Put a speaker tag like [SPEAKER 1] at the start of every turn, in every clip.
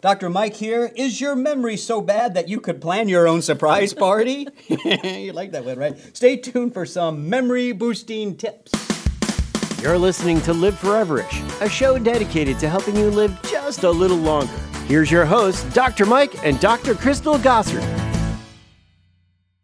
[SPEAKER 1] Dr. Mike here. Is your memory so bad that you could plan your own surprise party? you like that one, right? Stay tuned for some memory boosting tips.
[SPEAKER 2] You're listening to Live Foreverish, a show dedicated to helping you live just a little longer. Here's your hosts, Dr. Mike and Dr. Crystal Gossard.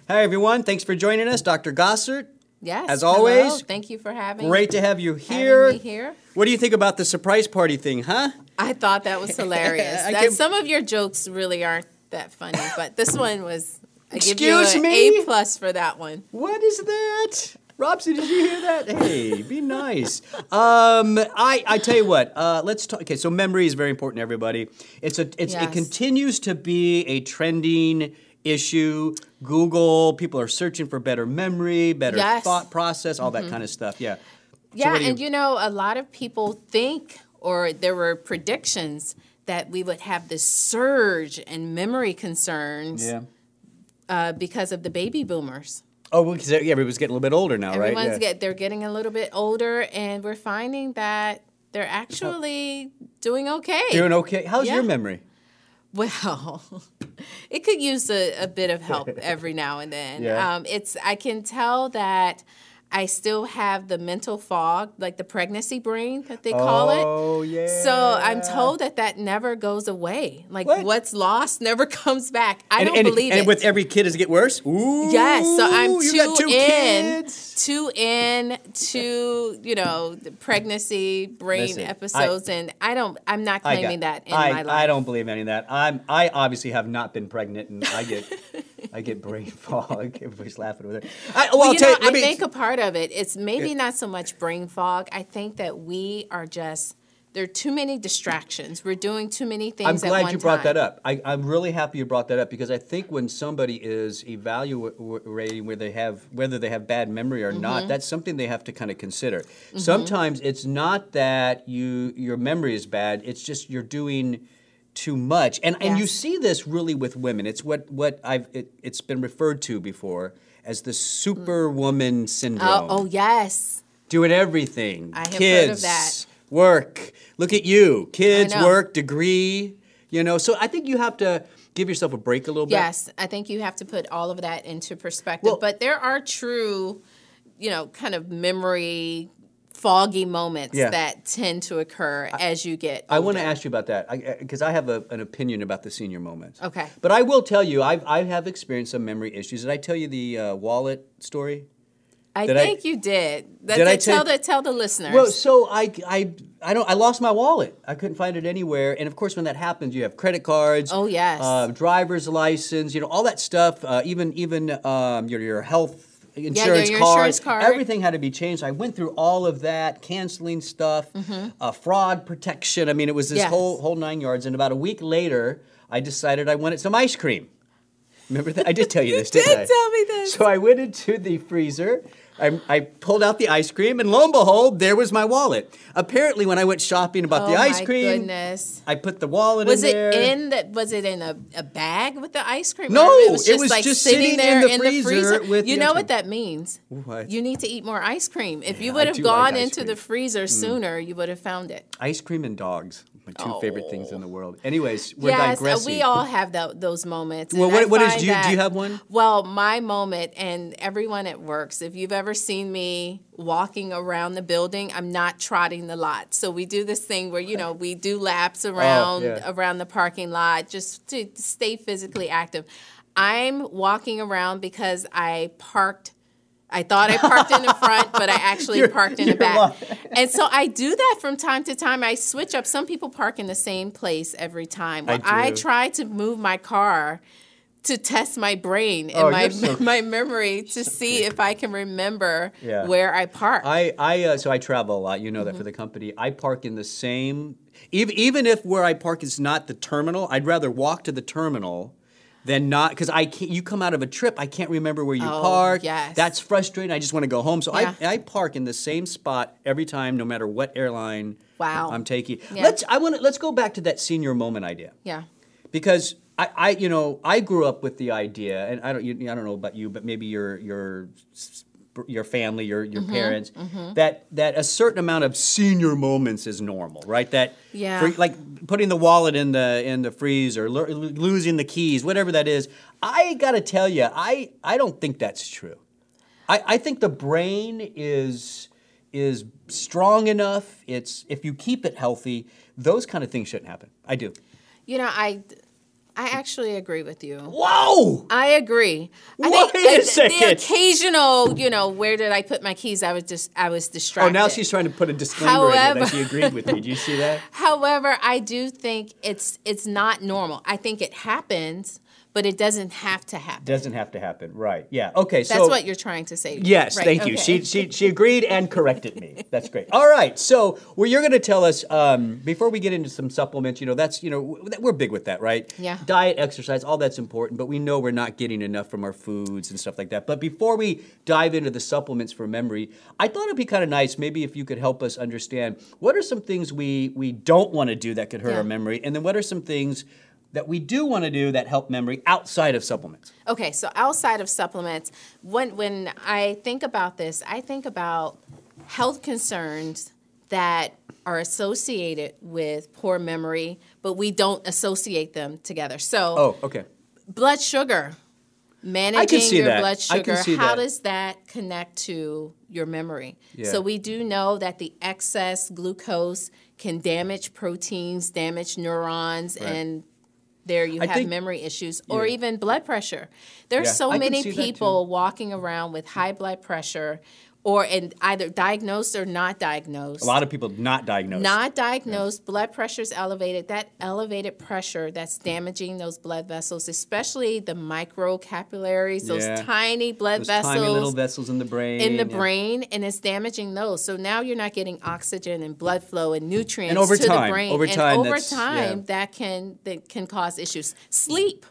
[SPEAKER 1] Hi, everyone. Thanks for joining us, Dr. Gossert.
[SPEAKER 3] Yes.
[SPEAKER 1] As
[SPEAKER 3] hello.
[SPEAKER 1] always,
[SPEAKER 3] Thank you for having
[SPEAKER 1] Great to have you
[SPEAKER 3] having
[SPEAKER 1] here.
[SPEAKER 3] me here.
[SPEAKER 1] What do you think about the surprise party thing, huh?
[SPEAKER 3] I thought that was hilarious.
[SPEAKER 1] I
[SPEAKER 3] that
[SPEAKER 1] can't-
[SPEAKER 3] some of your jokes really aren't that funny, but this one was I give
[SPEAKER 1] Excuse
[SPEAKER 3] you an
[SPEAKER 1] me?
[SPEAKER 3] A plus for that one.
[SPEAKER 1] What is that? Robson, did you hear that? Hey, be nice. Um, I, I tell you what, uh, let's talk. Okay, so memory is very important, everybody. It's a, it's, it
[SPEAKER 3] Yes.
[SPEAKER 1] continues to be a trending issue. Google, people are searching for better memory, better
[SPEAKER 3] Yes. Mm-hmm.
[SPEAKER 1] thought process, all that kind of stuff. Yeah.
[SPEAKER 3] Yeah,
[SPEAKER 1] what do
[SPEAKER 3] and
[SPEAKER 1] you-
[SPEAKER 3] you know, a lot of people think or there were predictions that we would have this surge in memory concerns uh, because of the baby boomers.
[SPEAKER 1] Oh, because yeah, everybody's getting a little bit older now, right?
[SPEAKER 3] Everyone's
[SPEAKER 1] Yeah.
[SPEAKER 3] get they're getting a little bit older, and we're finding that they're actually doing okay.
[SPEAKER 1] Doing okay. How's
[SPEAKER 3] Yeah.
[SPEAKER 1] your memory?
[SPEAKER 3] Well, it could use a, a bit of help every now and then.
[SPEAKER 1] Yeah.
[SPEAKER 3] Um, it's I can tell that I still have the mental fog, like the pregnancy brain that they call
[SPEAKER 1] Oh,
[SPEAKER 3] it.
[SPEAKER 1] yeah.
[SPEAKER 3] So I'm told that that never goes away. Like
[SPEAKER 1] What?
[SPEAKER 3] what's lost never comes back. I
[SPEAKER 1] and
[SPEAKER 3] don't
[SPEAKER 1] and,
[SPEAKER 3] believe
[SPEAKER 1] and
[SPEAKER 3] it.
[SPEAKER 1] with every kid, does it get worse? Ooh,
[SPEAKER 3] Yes, so I'm
[SPEAKER 1] you
[SPEAKER 3] too
[SPEAKER 1] got two
[SPEAKER 3] in,
[SPEAKER 1] kids.
[SPEAKER 3] too in, too you know the pregnancy brain
[SPEAKER 1] Listen, I-
[SPEAKER 3] episodes, and I don't. I'm not
[SPEAKER 1] I got-
[SPEAKER 3] claiming that in
[SPEAKER 1] I,
[SPEAKER 3] my life.
[SPEAKER 1] I don't believe any of that. I'm I obviously have not been pregnant, and I get I get brain fog. Everybody's laughing with it. I, well, I'll
[SPEAKER 3] you
[SPEAKER 1] tell
[SPEAKER 3] know,
[SPEAKER 1] you, let
[SPEAKER 3] I
[SPEAKER 1] me-
[SPEAKER 3] think a part of it it's maybe not so much brain fog. I think that we are just there are too many distractions. We're doing too many things.
[SPEAKER 1] I'm
[SPEAKER 3] at
[SPEAKER 1] glad
[SPEAKER 3] one
[SPEAKER 1] you brought
[SPEAKER 3] time.
[SPEAKER 1] that up. I, I'm really happy you brought that up because I think when somebody is evaluating where they have whether they have bad memory or
[SPEAKER 3] Mm-hmm.
[SPEAKER 1] not, that's something they have to kind of consider. Sometimes it's not that you your memory is bad; it's just you're doing too much, and and you
[SPEAKER 3] Yes.
[SPEAKER 1] see this really with women. It's what what I've it, it's been referred to before as the superwoman syndrome
[SPEAKER 3] Mm. Oh, oh yes,
[SPEAKER 1] doing everything.
[SPEAKER 3] I have
[SPEAKER 1] kids,
[SPEAKER 3] heard of that.
[SPEAKER 1] Work. Look at you. Kids,
[SPEAKER 3] know.
[SPEAKER 1] work, degree. You know, so I think you have to give yourself a break a little bit.
[SPEAKER 3] yes. I think you have to put all of that into perspective.
[SPEAKER 1] Well-
[SPEAKER 3] but there are true, you know, kind of memory foggy moments
[SPEAKER 1] Yeah.
[SPEAKER 3] that tend to occur as you get.
[SPEAKER 1] I want to
[SPEAKER 3] older.
[SPEAKER 1] ask you about that because I, have a, an opinion about the senior moment.
[SPEAKER 3] Okay.
[SPEAKER 1] But I will tell you, I've, I have experienced some memory issues. Did I tell you the uh, wallet story?
[SPEAKER 3] I
[SPEAKER 1] did I-
[SPEAKER 3] think you did. That,
[SPEAKER 1] Did I
[SPEAKER 3] that- tell
[SPEAKER 1] take-
[SPEAKER 3] the tell the listeners?
[SPEAKER 1] Well, so I, I, I don't. I lost my wallet. I couldn't find it anywhere. And of course, when that happens, you have credit cards.
[SPEAKER 3] Oh, yes.
[SPEAKER 1] uh, driver's license. You know all that stuff. Uh, even even um, your your health. Insurance,
[SPEAKER 3] your
[SPEAKER 1] card,
[SPEAKER 3] insurance card.
[SPEAKER 1] everything had to be changed. I went through all of that, canceling stuff, uh, fraud protection. I mean, it was this
[SPEAKER 3] Mm-hmm. Yes.
[SPEAKER 1] whole whole nine yards. And about a week later, I decided I wanted some ice cream. Remember that? I did tell you this, didn't
[SPEAKER 3] did
[SPEAKER 1] I?
[SPEAKER 3] tell me this.
[SPEAKER 1] So I went into the freezer. I, I pulled out the ice cream, and lo and behold, there was my wallet. Apparently, when I went shopping about
[SPEAKER 3] oh
[SPEAKER 1] the ice
[SPEAKER 3] my
[SPEAKER 1] cream,
[SPEAKER 3] goodness.
[SPEAKER 1] I put the wallet
[SPEAKER 3] Was
[SPEAKER 1] in
[SPEAKER 3] it
[SPEAKER 1] there.
[SPEAKER 3] in the? Was it in a, a bag with the ice cream?
[SPEAKER 1] No,
[SPEAKER 3] Or
[SPEAKER 1] it was just sitting in the freezer with
[SPEAKER 3] you
[SPEAKER 1] the
[SPEAKER 3] know
[SPEAKER 1] ice
[SPEAKER 3] what
[SPEAKER 1] cream.
[SPEAKER 3] that means?
[SPEAKER 1] What?
[SPEAKER 3] You need to eat more ice cream. If
[SPEAKER 1] Yeah,
[SPEAKER 3] you
[SPEAKER 1] I
[SPEAKER 3] would have
[SPEAKER 1] do like
[SPEAKER 3] gone
[SPEAKER 1] ice
[SPEAKER 3] into the
[SPEAKER 1] cream. Mm.
[SPEAKER 3] freezer sooner, you would have found it.
[SPEAKER 1] Ice cream and dogs, my two favorite things in
[SPEAKER 3] Oh.
[SPEAKER 1] the world. Anyways, we're
[SPEAKER 3] yes, uh,
[SPEAKER 1] digressing.
[SPEAKER 3] we all have tho- those moments. and
[SPEAKER 1] Well, what-
[SPEAKER 3] I
[SPEAKER 1] what is-
[SPEAKER 3] find
[SPEAKER 1] do you- do you
[SPEAKER 3] that-
[SPEAKER 1] have one?
[SPEAKER 3] Well, my moment and everyone at works. If you've ever seen me walking around the building, I'm not trotting the lot. So we do this thing where you know we do laps around
[SPEAKER 1] Oh, yeah.
[SPEAKER 3] around the parking lot just to stay physically active. I'm walking around because I parked. I thought I parked in the front, but I actually
[SPEAKER 1] You're-
[SPEAKER 3] parked in the
[SPEAKER 1] you're
[SPEAKER 3] back.
[SPEAKER 1] lying.
[SPEAKER 3] And so I do that from time to time. I switch up. Some people park in the same place every time. Well,
[SPEAKER 1] I
[SPEAKER 3] I,
[SPEAKER 1] do.
[SPEAKER 3] try to move my car to test my brain and
[SPEAKER 1] Oh,
[SPEAKER 3] my
[SPEAKER 1] you're so-
[SPEAKER 3] my memory to see if I can remember
[SPEAKER 1] Yeah.
[SPEAKER 3] where I parked.
[SPEAKER 1] I, I uh, so I travel a lot. You know
[SPEAKER 3] Mm-hmm.
[SPEAKER 1] that for the company. I park in the same, even even if where I park is not the terminal. I'd rather walk to the terminal than not because I can't. You come out of a trip, I can't remember where you
[SPEAKER 3] Oh,
[SPEAKER 1] park.
[SPEAKER 3] yes.
[SPEAKER 1] that's frustrating. I just want to go home. So
[SPEAKER 3] Yeah.
[SPEAKER 1] I I park in the same spot every time, no matter what airline.
[SPEAKER 3] Wow.
[SPEAKER 1] I'm taking.
[SPEAKER 3] Yeah.
[SPEAKER 1] Let's I want to let's go back to that senior moment idea
[SPEAKER 3] yeah.
[SPEAKER 1] because I, I you know I grew up with the idea and I don't you, I don't know about you but maybe your your s- your family, your your parents, that that a certain amount of senior moments is normal, right? That
[SPEAKER 3] Yeah.
[SPEAKER 1] for- like putting the wallet in the in the freezer, lo- losing the keys, whatever that is. I gotta tell you, I I don't think that's true. I, I think the brain is is strong enough. It's if you keep it healthy, those kind of things shouldn't happen. I do.
[SPEAKER 3] You know, I I actually agree with you.
[SPEAKER 1] Whoa!
[SPEAKER 3] I agree. I
[SPEAKER 1] Wait a
[SPEAKER 3] uh, The
[SPEAKER 1] second.
[SPEAKER 3] occasional, you know, where did I put my keys? I was just I was
[SPEAKER 1] Oh,
[SPEAKER 3] distracted.
[SPEAKER 1] now she's trying to put a disclaimer in there
[SPEAKER 3] However-
[SPEAKER 1] that she agreed with me. Do you see that?
[SPEAKER 3] However, I do think it's it's not normal. I think it happens, but it doesn't have to happen.
[SPEAKER 1] Doesn't have to happen, right? Yeah. Okay.
[SPEAKER 3] That's
[SPEAKER 1] so
[SPEAKER 3] what you're trying to say.
[SPEAKER 1] Yes,
[SPEAKER 3] Right,
[SPEAKER 1] thank you.
[SPEAKER 3] okay.
[SPEAKER 1] She, she she agreed and corrected me. That's great. All right. So, well, you're going to tell us um, before we get into some supplements. You know, that's you know w- that- we're big with that, right?
[SPEAKER 3] Yeah.
[SPEAKER 1] Diet, exercise, all that's important, but we know we're not getting enough from our foods and stuff like that. But before we dive into the supplements for memory, I thought it'd be kind of nice maybe if you could help us understand what are some things we we don't want to do that could hurt
[SPEAKER 3] Yeah.
[SPEAKER 1] our memory, and then what are some things that we do want to do that help memory outside of supplements.
[SPEAKER 3] Okay, so outside of supplements, when when I think about this, I think about health concerns that are associated with poor memory, but we don't associate them together. So,
[SPEAKER 1] Oh, okay.
[SPEAKER 3] blood sugar, managing
[SPEAKER 1] see
[SPEAKER 3] your
[SPEAKER 1] that.
[SPEAKER 3] blood
[SPEAKER 1] I can
[SPEAKER 3] sugar,
[SPEAKER 1] see
[SPEAKER 3] how
[SPEAKER 1] that.
[SPEAKER 3] does that connect to your memory?
[SPEAKER 1] Yeah.
[SPEAKER 3] So we do know that the excess glucose can damage proteins, damage neurons,
[SPEAKER 1] Right.
[SPEAKER 3] and there you
[SPEAKER 1] I
[SPEAKER 3] have
[SPEAKER 1] think-
[SPEAKER 3] memory issues or
[SPEAKER 1] Yeah.
[SPEAKER 3] even blood pressure. There's
[SPEAKER 1] Yeah, I
[SPEAKER 3] so
[SPEAKER 1] can
[SPEAKER 3] many
[SPEAKER 1] see that too.
[SPEAKER 3] people walking around with high blood pressure or and either diagnosed or not diagnosed.
[SPEAKER 1] A lot of people not diagnosed.
[SPEAKER 3] Not diagnosed, blood pressure's elevated. That elevated pressure that's damaging those blood vessels, especially the microcapillaries, those
[SPEAKER 1] Yeah.
[SPEAKER 3] tiny blood
[SPEAKER 1] Those
[SPEAKER 3] vessels
[SPEAKER 1] tiny little vessels in the brain.
[SPEAKER 3] in the
[SPEAKER 1] yeah.
[SPEAKER 3] brain, and it's damaging those. So now you're not getting oxygen and blood flow and nutrients
[SPEAKER 1] And over
[SPEAKER 3] to
[SPEAKER 1] time-
[SPEAKER 3] the brain.
[SPEAKER 1] over
[SPEAKER 3] and
[SPEAKER 1] time,
[SPEAKER 3] over
[SPEAKER 1] that's- yeah.
[SPEAKER 3] time, that can that can cause issues. Sleep.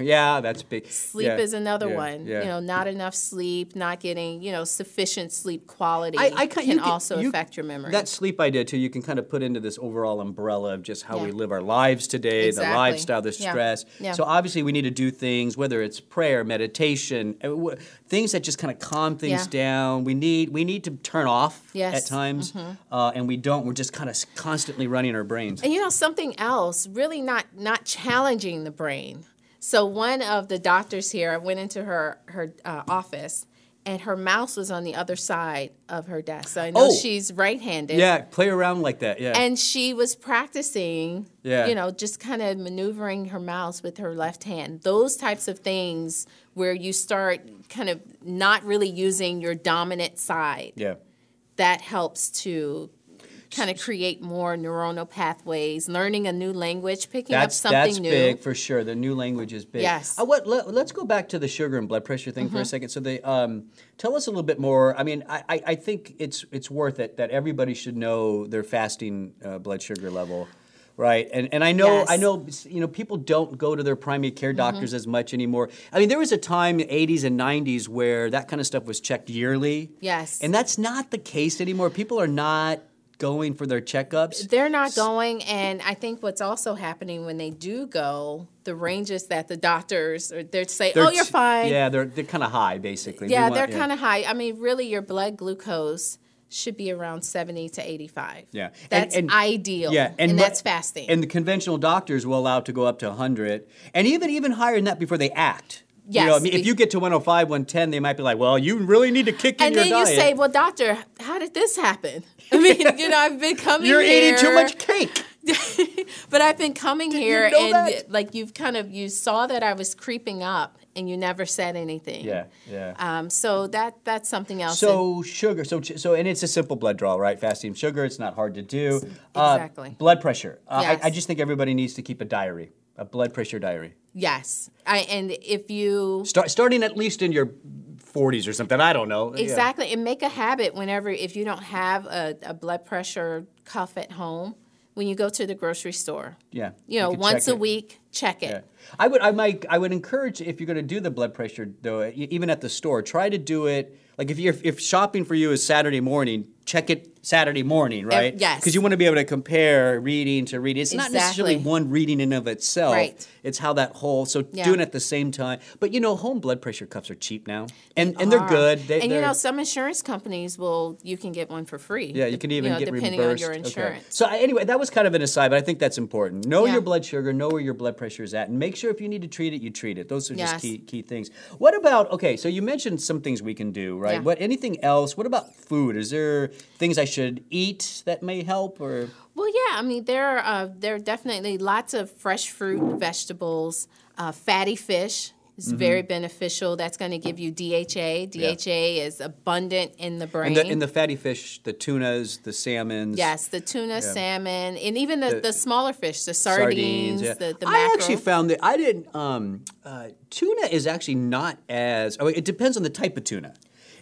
[SPEAKER 1] Yeah, that's big.
[SPEAKER 3] Sleep
[SPEAKER 1] Yeah,
[SPEAKER 3] is another
[SPEAKER 1] yeah,
[SPEAKER 3] one.
[SPEAKER 1] yeah.
[SPEAKER 3] You know, not enough sleep, not getting you know sufficient sleep quality
[SPEAKER 1] I, I
[SPEAKER 3] can,
[SPEAKER 1] you
[SPEAKER 3] also
[SPEAKER 1] you-
[SPEAKER 3] affect your memory.
[SPEAKER 1] That sleep idea too, you can kind of put into this overall umbrella of just how we
[SPEAKER 3] Yeah.
[SPEAKER 1] live our lives today, the
[SPEAKER 3] Exactly.
[SPEAKER 1] lifestyle, the
[SPEAKER 3] Yeah.
[SPEAKER 1] stress.
[SPEAKER 3] Yeah.
[SPEAKER 1] So obviously, we need to do things, whether it's prayer, meditation, uh, wh- things that just kind of calm things
[SPEAKER 3] Yeah.
[SPEAKER 1] down. We need we need to turn off
[SPEAKER 3] Yes. Mm-hmm.
[SPEAKER 1] at times, uh, and we don't. We're just kind of s- constantly running our brains.
[SPEAKER 3] And you know something else, really not not challenging the brain. So one of the doctors here, I went into her her uh, office, and her mouse was on the other side of her desk. So I know
[SPEAKER 1] Oh.
[SPEAKER 3] she's right-handed.
[SPEAKER 1] Yeah, play around like that. Yeah.
[SPEAKER 3] And she was practicing,
[SPEAKER 1] Yeah.
[SPEAKER 3] you know, just kind of maneuvering her mouse with her left hand. Those types of things where you start kind of not really using your dominant side
[SPEAKER 1] yeah.
[SPEAKER 3] that helps to kind of create more neuronal pathways, learning a new language, picking up something
[SPEAKER 1] that's
[SPEAKER 3] new.
[SPEAKER 1] big for sure. The new language is big.
[SPEAKER 3] Yes. Mm-hmm.
[SPEAKER 1] Uh, what, let, us go back to the sugar and blood pressure thing for a second. So they um, tell us a little bit more. I mean, I, I, I think it's it's worth it that everybody should know their fasting uh, blood sugar level. Right, and and I know I
[SPEAKER 3] Yes. Mm-hmm.
[SPEAKER 1] know you know people don't go to their primary care doctors as much anymore. I mean, there was a time in the 80s and 90s where that kind of stuff was checked yearly.
[SPEAKER 3] Yes.
[SPEAKER 1] and that's not the case anymore. People are not going for their checkups.
[SPEAKER 3] They're not going, and I think what's also happening when they do go, the ranges that the doctors or they say,
[SPEAKER 1] They're
[SPEAKER 3] "Oh, you're
[SPEAKER 1] t-
[SPEAKER 3] fine."
[SPEAKER 1] Yeah, they're they're kind of high basically. We
[SPEAKER 3] Yeah,
[SPEAKER 1] want-
[SPEAKER 3] they're kind of high. I mean, really, your blood glucose should be around seventy to eighty-five.
[SPEAKER 1] Yeah. And-
[SPEAKER 3] that's
[SPEAKER 1] and-
[SPEAKER 3] ideal.
[SPEAKER 1] Yeah,
[SPEAKER 3] and,
[SPEAKER 1] mo-
[SPEAKER 3] that's fasting.
[SPEAKER 1] And the conventional doctors will allow it to go up to 100 and even even higher than that before they act. You know,
[SPEAKER 3] Yes,
[SPEAKER 1] I mean, if
[SPEAKER 3] be-
[SPEAKER 1] you get to 105, 110, they might be like, "Well, you really need to kick
[SPEAKER 3] And
[SPEAKER 1] in
[SPEAKER 3] then
[SPEAKER 1] your
[SPEAKER 3] you
[SPEAKER 1] diet.
[SPEAKER 3] say, "Well, doctor, how did this happen?" I mean, you know, I've been coming.
[SPEAKER 1] You're eating too
[SPEAKER 3] here-
[SPEAKER 1] much cake."
[SPEAKER 3] but I've been coming here
[SPEAKER 1] know
[SPEAKER 3] and
[SPEAKER 1] that?
[SPEAKER 3] like you've kind of you saw that I was creeping up and you never said anything.
[SPEAKER 1] Yeah, yeah.
[SPEAKER 3] Um, so that that's something else.
[SPEAKER 1] So sugar, so ch- so, and it's a simple blood draw, right? Fasting sugar. It's not hard to do.
[SPEAKER 3] Exactly.
[SPEAKER 1] Uh, blood pressure. Uh,
[SPEAKER 3] Yes.
[SPEAKER 1] I, I just think everybody needs to keep a diary, a blood pressure diary,
[SPEAKER 3] And- yes. I and if you
[SPEAKER 1] Start starting at least in your 40s or something. I don't know. Yeah.
[SPEAKER 3] exactly and make a habit whenever if you don't have a, a blood pressure cuff at home, when you go to the grocery store.
[SPEAKER 1] Yeah.
[SPEAKER 3] You know,
[SPEAKER 1] can
[SPEAKER 3] once
[SPEAKER 1] check
[SPEAKER 3] a
[SPEAKER 1] it.
[SPEAKER 3] week, check it.
[SPEAKER 1] Yeah. I would I might I would encourage if you're going to do the blood pressure though e- even at the store try to do it like if you're if shopping for you is Saturday morning check it Saturday morning, right?
[SPEAKER 3] yes.
[SPEAKER 1] Because you want to be able to compare reading to reading. It's not necessarily
[SPEAKER 3] Exactly.
[SPEAKER 1] one reading in of itself.
[SPEAKER 3] Right.
[SPEAKER 1] It's how that whole so
[SPEAKER 3] Yeah.
[SPEAKER 1] doing it at the same time. But you know, home blood pressure cuffs are cheap now, and and they're
[SPEAKER 3] are.
[SPEAKER 1] good. They,
[SPEAKER 3] Uh-huh. Um, and you
[SPEAKER 1] they're-
[SPEAKER 3] know, some insurance companies will you can get one for free.
[SPEAKER 1] yeah, you can even
[SPEAKER 3] know,
[SPEAKER 1] get
[SPEAKER 3] depending
[SPEAKER 1] reimbursed.
[SPEAKER 3] on your
[SPEAKER 1] Okay.
[SPEAKER 3] insurance.
[SPEAKER 1] So I- anyway, that was kind of an aside, but I think that's important. Know
[SPEAKER 3] Yeah.
[SPEAKER 1] your blood sugar, know where your blood pressure is at, and make sure if you need to treat it, you treat it. Those are just
[SPEAKER 3] Yes.
[SPEAKER 1] key key things. What about okay? So you mentioned some things we can do, right?
[SPEAKER 3] Yeah.
[SPEAKER 1] What anything else? What about food? Is there things I should eat that may help or?
[SPEAKER 3] Well, yeah, I mean there are uh, there are definitely lots of fresh fruit, vegetables, uh, fatty fish.
[SPEAKER 1] Mm-hmm.
[SPEAKER 3] is very beneficial. That's going to give you DHA. DHA is abundant in the
[SPEAKER 1] And
[SPEAKER 3] brain.
[SPEAKER 1] the, and the fatty fish, the tunas, the salmons.
[SPEAKER 3] yes, the tuna, salmon, and even the,
[SPEAKER 1] The-
[SPEAKER 3] the, smaller fish, the sardines,
[SPEAKER 1] yeah.
[SPEAKER 3] the, the
[SPEAKER 1] I
[SPEAKER 3] mackerel.
[SPEAKER 1] actually found that I didn't. Um, uh, tuna is actually not as. Oh, it depends on the type of tuna.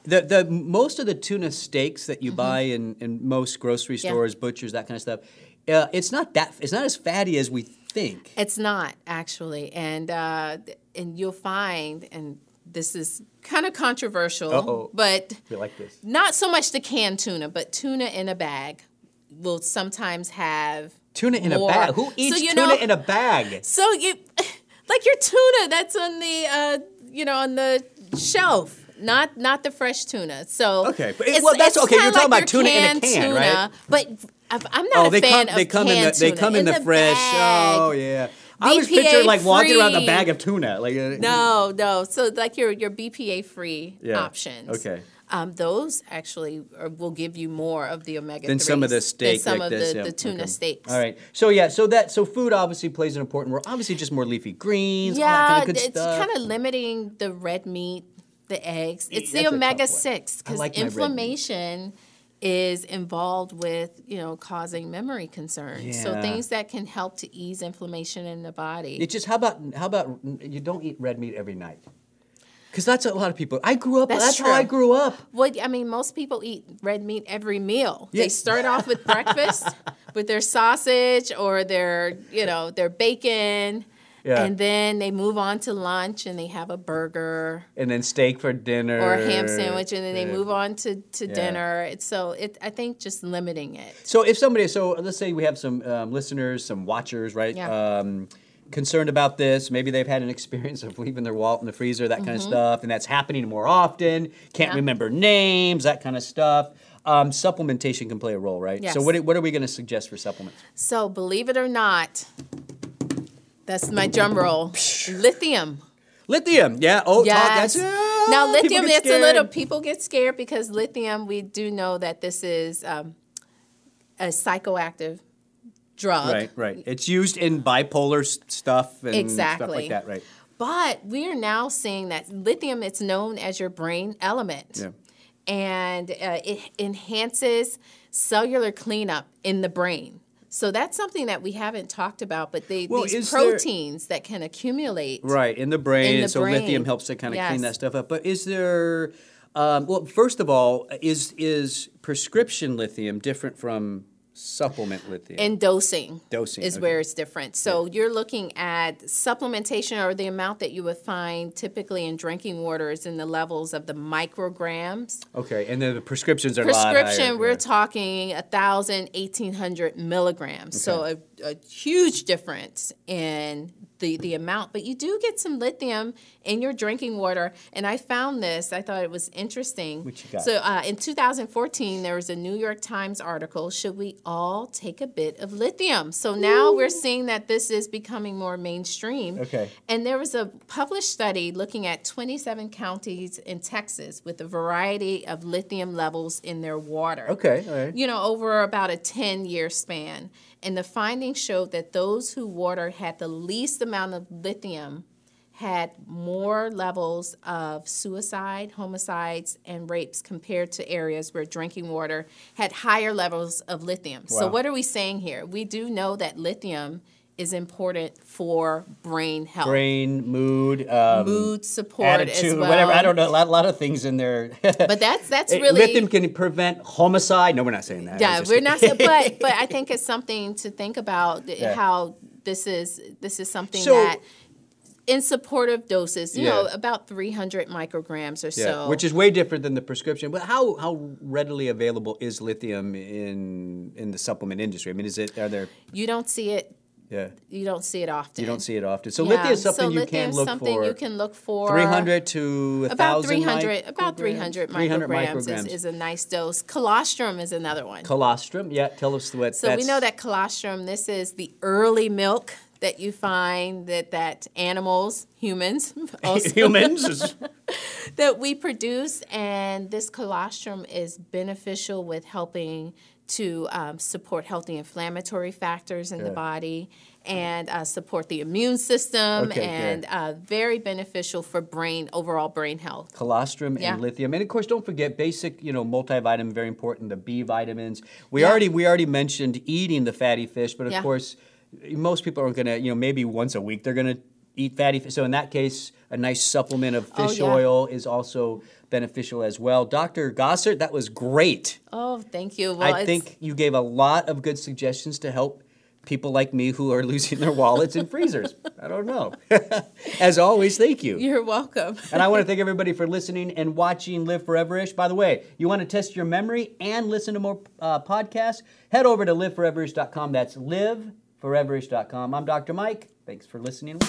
[SPEAKER 1] The, the most of the tuna steaks that you buy in, in most grocery
[SPEAKER 3] Mm-hmm. Yeah.
[SPEAKER 1] stores, butchers, that kind of stuff, uh, it's not that. It's not as fatty as we think.
[SPEAKER 3] It's not actually, and uh, th- and you'll find, and this is kind of controversial,
[SPEAKER 1] Uh-oh.
[SPEAKER 3] but
[SPEAKER 1] You like this?
[SPEAKER 3] not so much the canned tuna, but tuna in a bag will sometimes have
[SPEAKER 1] Tuna in
[SPEAKER 3] more-
[SPEAKER 1] a bag. Who
[SPEAKER 3] So
[SPEAKER 1] eats
[SPEAKER 3] you
[SPEAKER 1] tuna
[SPEAKER 3] know-
[SPEAKER 1] in a bag?
[SPEAKER 3] So you, like your tuna that's on the uh, you know on the shelf. Not not the fresh tuna. So
[SPEAKER 1] Okay, but it- well, that's okay. You're
[SPEAKER 3] kinda
[SPEAKER 1] talking
[SPEAKER 3] like
[SPEAKER 1] about
[SPEAKER 3] your
[SPEAKER 1] tuna in a
[SPEAKER 3] canned
[SPEAKER 1] can,
[SPEAKER 3] tuna,
[SPEAKER 1] right?
[SPEAKER 3] But if- I'm not
[SPEAKER 1] Oh,
[SPEAKER 3] a
[SPEAKER 1] they
[SPEAKER 3] fan
[SPEAKER 1] come.
[SPEAKER 3] of
[SPEAKER 1] They come in the.
[SPEAKER 3] canned
[SPEAKER 1] They
[SPEAKER 3] tuna.
[SPEAKER 1] come in, the, fresh.
[SPEAKER 3] bag.
[SPEAKER 1] Oh yeah. I was picturing like walking around the bag of tuna. Like uh,
[SPEAKER 3] No, no. So like your your BPA free
[SPEAKER 1] Yeah.
[SPEAKER 3] options.
[SPEAKER 1] Okay.
[SPEAKER 3] Um, those actually are, will give you more of the omega
[SPEAKER 1] than some of the steak,
[SPEAKER 3] than some
[SPEAKER 1] like
[SPEAKER 3] of
[SPEAKER 1] this,
[SPEAKER 3] the,
[SPEAKER 1] yeah,
[SPEAKER 3] the tuna
[SPEAKER 1] okay.
[SPEAKER 3] steaks.
[SPEAKER 1] All right, so yeah, so that so food obviously plays an important role. Obviously, just more leafy greens, all that
[SPEAKER 3] Yeah,
[SPEAKER 1] kind of good
[SPEAKER 3] it's
[SPEAKER 1] stuff. E,
[SPEAKER 3] kind of limiting the red meat, the eggs.
[SPEAKER 1] that's a
[SPEAKER 3] It's the
[SPEAKER 1] tough
[SPEAKER 3] omega
[SPEAKER 1] one.
[SPEAKER 3] six
[SPEAKER 1] I
[SPEAKER 3] because
[SPEAKER 1] like my red meat.
[SPEAKER 3] inflammation is involved with you know causing memory concerns. So
[SPEAKER 1] Yeah.
[SPEAKER 3] things that can help to ease inflammation in the body.
[SPEAKER 1] it's just how about how about you don't eat red meat every night, because that's a lot of people. I grew up. That's,
[SPEAKER 3] That's
[SPEAKER 1] how I
[SPEAKER 3] true.
[SPEAKER 1] grew up.
[SPEAKER 3] What I mean, most people eat red meat every meal.
[SPEAKER 1] Yeah.
[SPEAKER 3] They start off with breakfast with their sausage or their, you know, their bacon.
[SPEAKER 1] Yeah.
[SPEAKER 3] And then they move on to lunch and they have a burger
[SPEAKER 1] And then steak for dinner
[SPEAKER 3] or a ham sandwich and then they
[SPEAKER 1] Yeah.
[SPEAKER 3] move on to, to
[SPEAKER 1] Yeah.
[SPEAKER 3] dinner. It's so it I think just limiting it.
[SPEAKER 1] So if somebody, so let's say we have some um, listeners, some watchers, right?
[SPEAKER 3] Yeah.
[SPEAKER 1] Um, concerned about this, maybe they've had an experience of leaving their wallet in the freezer, that kind of stuff, and that's happening more often. Can't
[SPEAKER 3] Mm-hmm. Yeah.
[SPEAKER 1] remember names, that kind of stuff. Um, supplementation can play a role, right? So
[SPEAKER 3] Yes.
[SPEAKER 1] what are- what are we going to suggest for supplements?
[SPEAKER 3] So believe it or not, that's my drum roll. Lithium.
[SPEAKER 1] Lithium, yeah. Oh, talk-
[SPEAKER 3] Yes.
[SPEAKER 1] that's yeah,
[SPEAKER 3] now
[SPEAKER 1] people
[SPEAKER 3] lithium,
[SPEAKER 1] get
[SPEAKER 3] it's a little
[SPEAKER 1] scared.
[SPEAKER 3] people get scared because lithium. We do know that this is um, a psychoactive drug,
[SPEAKER 1] Right, right. It's used in bipolar s- stuff and stuff
[SPEAKER 3] Exactly.
[SPEAKER 1] like that, right?
[SPEAKER 3] But we are now seeing that lithium. It's known as your brain element,
[SPEAKER 1] Yeah.
[SPEAKER 3] and uh, it enhances cellular cleanup in the brain. So that's something that we haven't talked about. But they,
[SPEAKER 1] Well, is
[SPEAKER 3] these
[SPEAKER 1] there-
[SPEAKER 3] proteins that can accumulate,
[SPEAKER 1] Right, in the brain.
[SPEAKER 3] In the
[SPEAKER 1] and so lithium
[SPEAKER 3] brain.
[SPEAKER 1] helps to kind of clean
[SPEAKER 3] Yes.
[SPEAKER 1] that stuff up. But is there, um, well, first of all, is is prescription lithium different from supplement lithium?
[SPEAKER 3] and dosing.
[SPEAKER 1] Dosing,
[SPEAKER 3] is
[SPEAKER 1] okay.
[SPEAKER 3] where it's different. So you're looking at supplementation or the amount that you would find typically in drinking water is in the levels of the micrograms.
[SPEAKER 1] okay, and then the prescriptions are a lot higher.
[SPEAKER 3] Prescription, we're
[SPEAKER 1] yeah.
[SPEAKER 3] talking 1,000, 1,800 milligrams. So a, a huge difference in the, the amount. But you do get some lithium in your drinking water. And I found this, I thought it was interesting.
[SPEAKER 1] What you got?
[SPEAKER 3] So uh, in 2014, there was a New York Times article Should we all take a bit of lithium? So now we're seeing that this is becoming more mainstream.
[SPEAKER 1] Okay.
[SPEAKER 3] And there was a published study looking at 27 counties in Texas with a variety of lithium levels in their water.
[SPEAKER 1] Okay, all right.
[SPEAKER 3] You know, over about a 10 year span. And the findings showed that those who water had the least amount of lithium had more levels of suicide, homicides, and rapes compared to areas where drinking water had higher levels of lithium. So,
[SPEAKER 1] Wow.
[SPEAKER 3] what are we saying here? We do know that lithium is important for brain health
[SPEAKER 1] Brain, mood, um,
[SPEAKER 3] mood support
[SPEAKER 1] attitude,
[SPEAKER 3] as well.
[SPEAKER 1] whatever. I don't know. A lot, lot of things in there.
[SPEAKER 3] But that's that's
[SPEAKER 1] It-
[SPEAKER 3] really
[SPEAKER 1] lithium can prevent homicide. No, we're not saying that.
[SPEAKER 3] yeah.
[SPEAKER 1] It's just-
[SPEAKER 3] We're not, but but I think it's something to think about th-
[SPEAKER 1] Yeah.
[SPEAKER 3] how this is this is something
[SPEAKER 1] So-
[SPEAKER 3] that in supportive doses, you know,
[SPEAKER 1] Yeah.
[SPEAKER 3] about 300 micrograms or
[SPEAKER 1] Yeah,
[SPEAKER 3] so.
[SPEAKER 1] which is way different than the prescription. But how how readily available is lithium in in the supplement industry? I mean, is it are there?
[SPEAKER 3] you don't see it.
[SPEAKER 1] Yeah,
[SPEAKER 3] You don't see it often.
[SPEAKER 1] you don't see it often. So
[SPEAKER 3] Yeah,
[SPEAKER 1] lithium is something
[SPEAKER 3] so
[SPEAKER 1] you
[SPEAKER 3] lithium
[SPEAKER 1] can
[SPEAKER 3] is
[SPEAKER 1] look
[SPEAKER 3] something
[SPEAKER 1] for.
[SPEAKER 3] you can look for.
[SPEAKER 1] 300 to
[SPEAKER 3] about
[SPEAKER 1] 1,000
[SPEAKER 3] 300 about
[SPEAKER 1] micrograms?
[SPEAKER 3] 300 micrograms, Is, is a nice dose colostrum is another one
[SPEAKER 1] Colostrum, yeah. Tell us what.
[SPEAKER 3] so we
[SPEAKER 1] that's-
[SPEAKER 3] know that colostrum this is the early milk that you find that that animals humans also,
[SPEAKER 1] humans. is-
[SPEAKER 3] that we produce and this colostrum is beneficial with helping to um, support healthy inflammatory factors in the
[SPEAKER 1] Yeah.
[SPEAKER 3] body and uh, support the immune system
[SPEAKER 1] Okay,
[SPEAKER 3] and
[SPEAKER 1] good.
[SPEAKER 3] uh, very beneficial for brain overall brain health
[SPEAKER 1] colostrum
[SPEAKER 3] Yeah.
[SPEAKER 1] and lithium and of course don't forget basic you know multivitamin very important the b vitamins we
[SPEAKER 3] Yeah.
[SPEAKER 1] already we already mentioned eating the fatty fish but of
[SPEAKER 3] Yeah.
[SPEAKER 1] course most people aren't going to you know maybe once a week they're going to eat fatty fish so in that case a nice supplement of
[SPEAKER 3] Oh,
[SPEAKER 1] fish
[SPEAKER 3] yeah.
[SPEAKER 1] oil is also beneficial as well dr gossert that was great
[SPEAKER 3] oh thank you well
[SPEAKER 1] i
[SPEAKER 3] it's-
[SPEAKER 1] think you gave a lot of good suggestions to help people like me who are losing their wallets in freezers i don't know as always thank you
[SPEAKER 3] You're welcome.
[SPEAKER 1] And I want to thank everybody for listening and watching Live Foreverish. By the way, you want to test your memory and listen to more uh, podcasts? Head over to liveforeverish.com. That's liveforeverish.com. I'm Dr. Mike. Thanks for listening.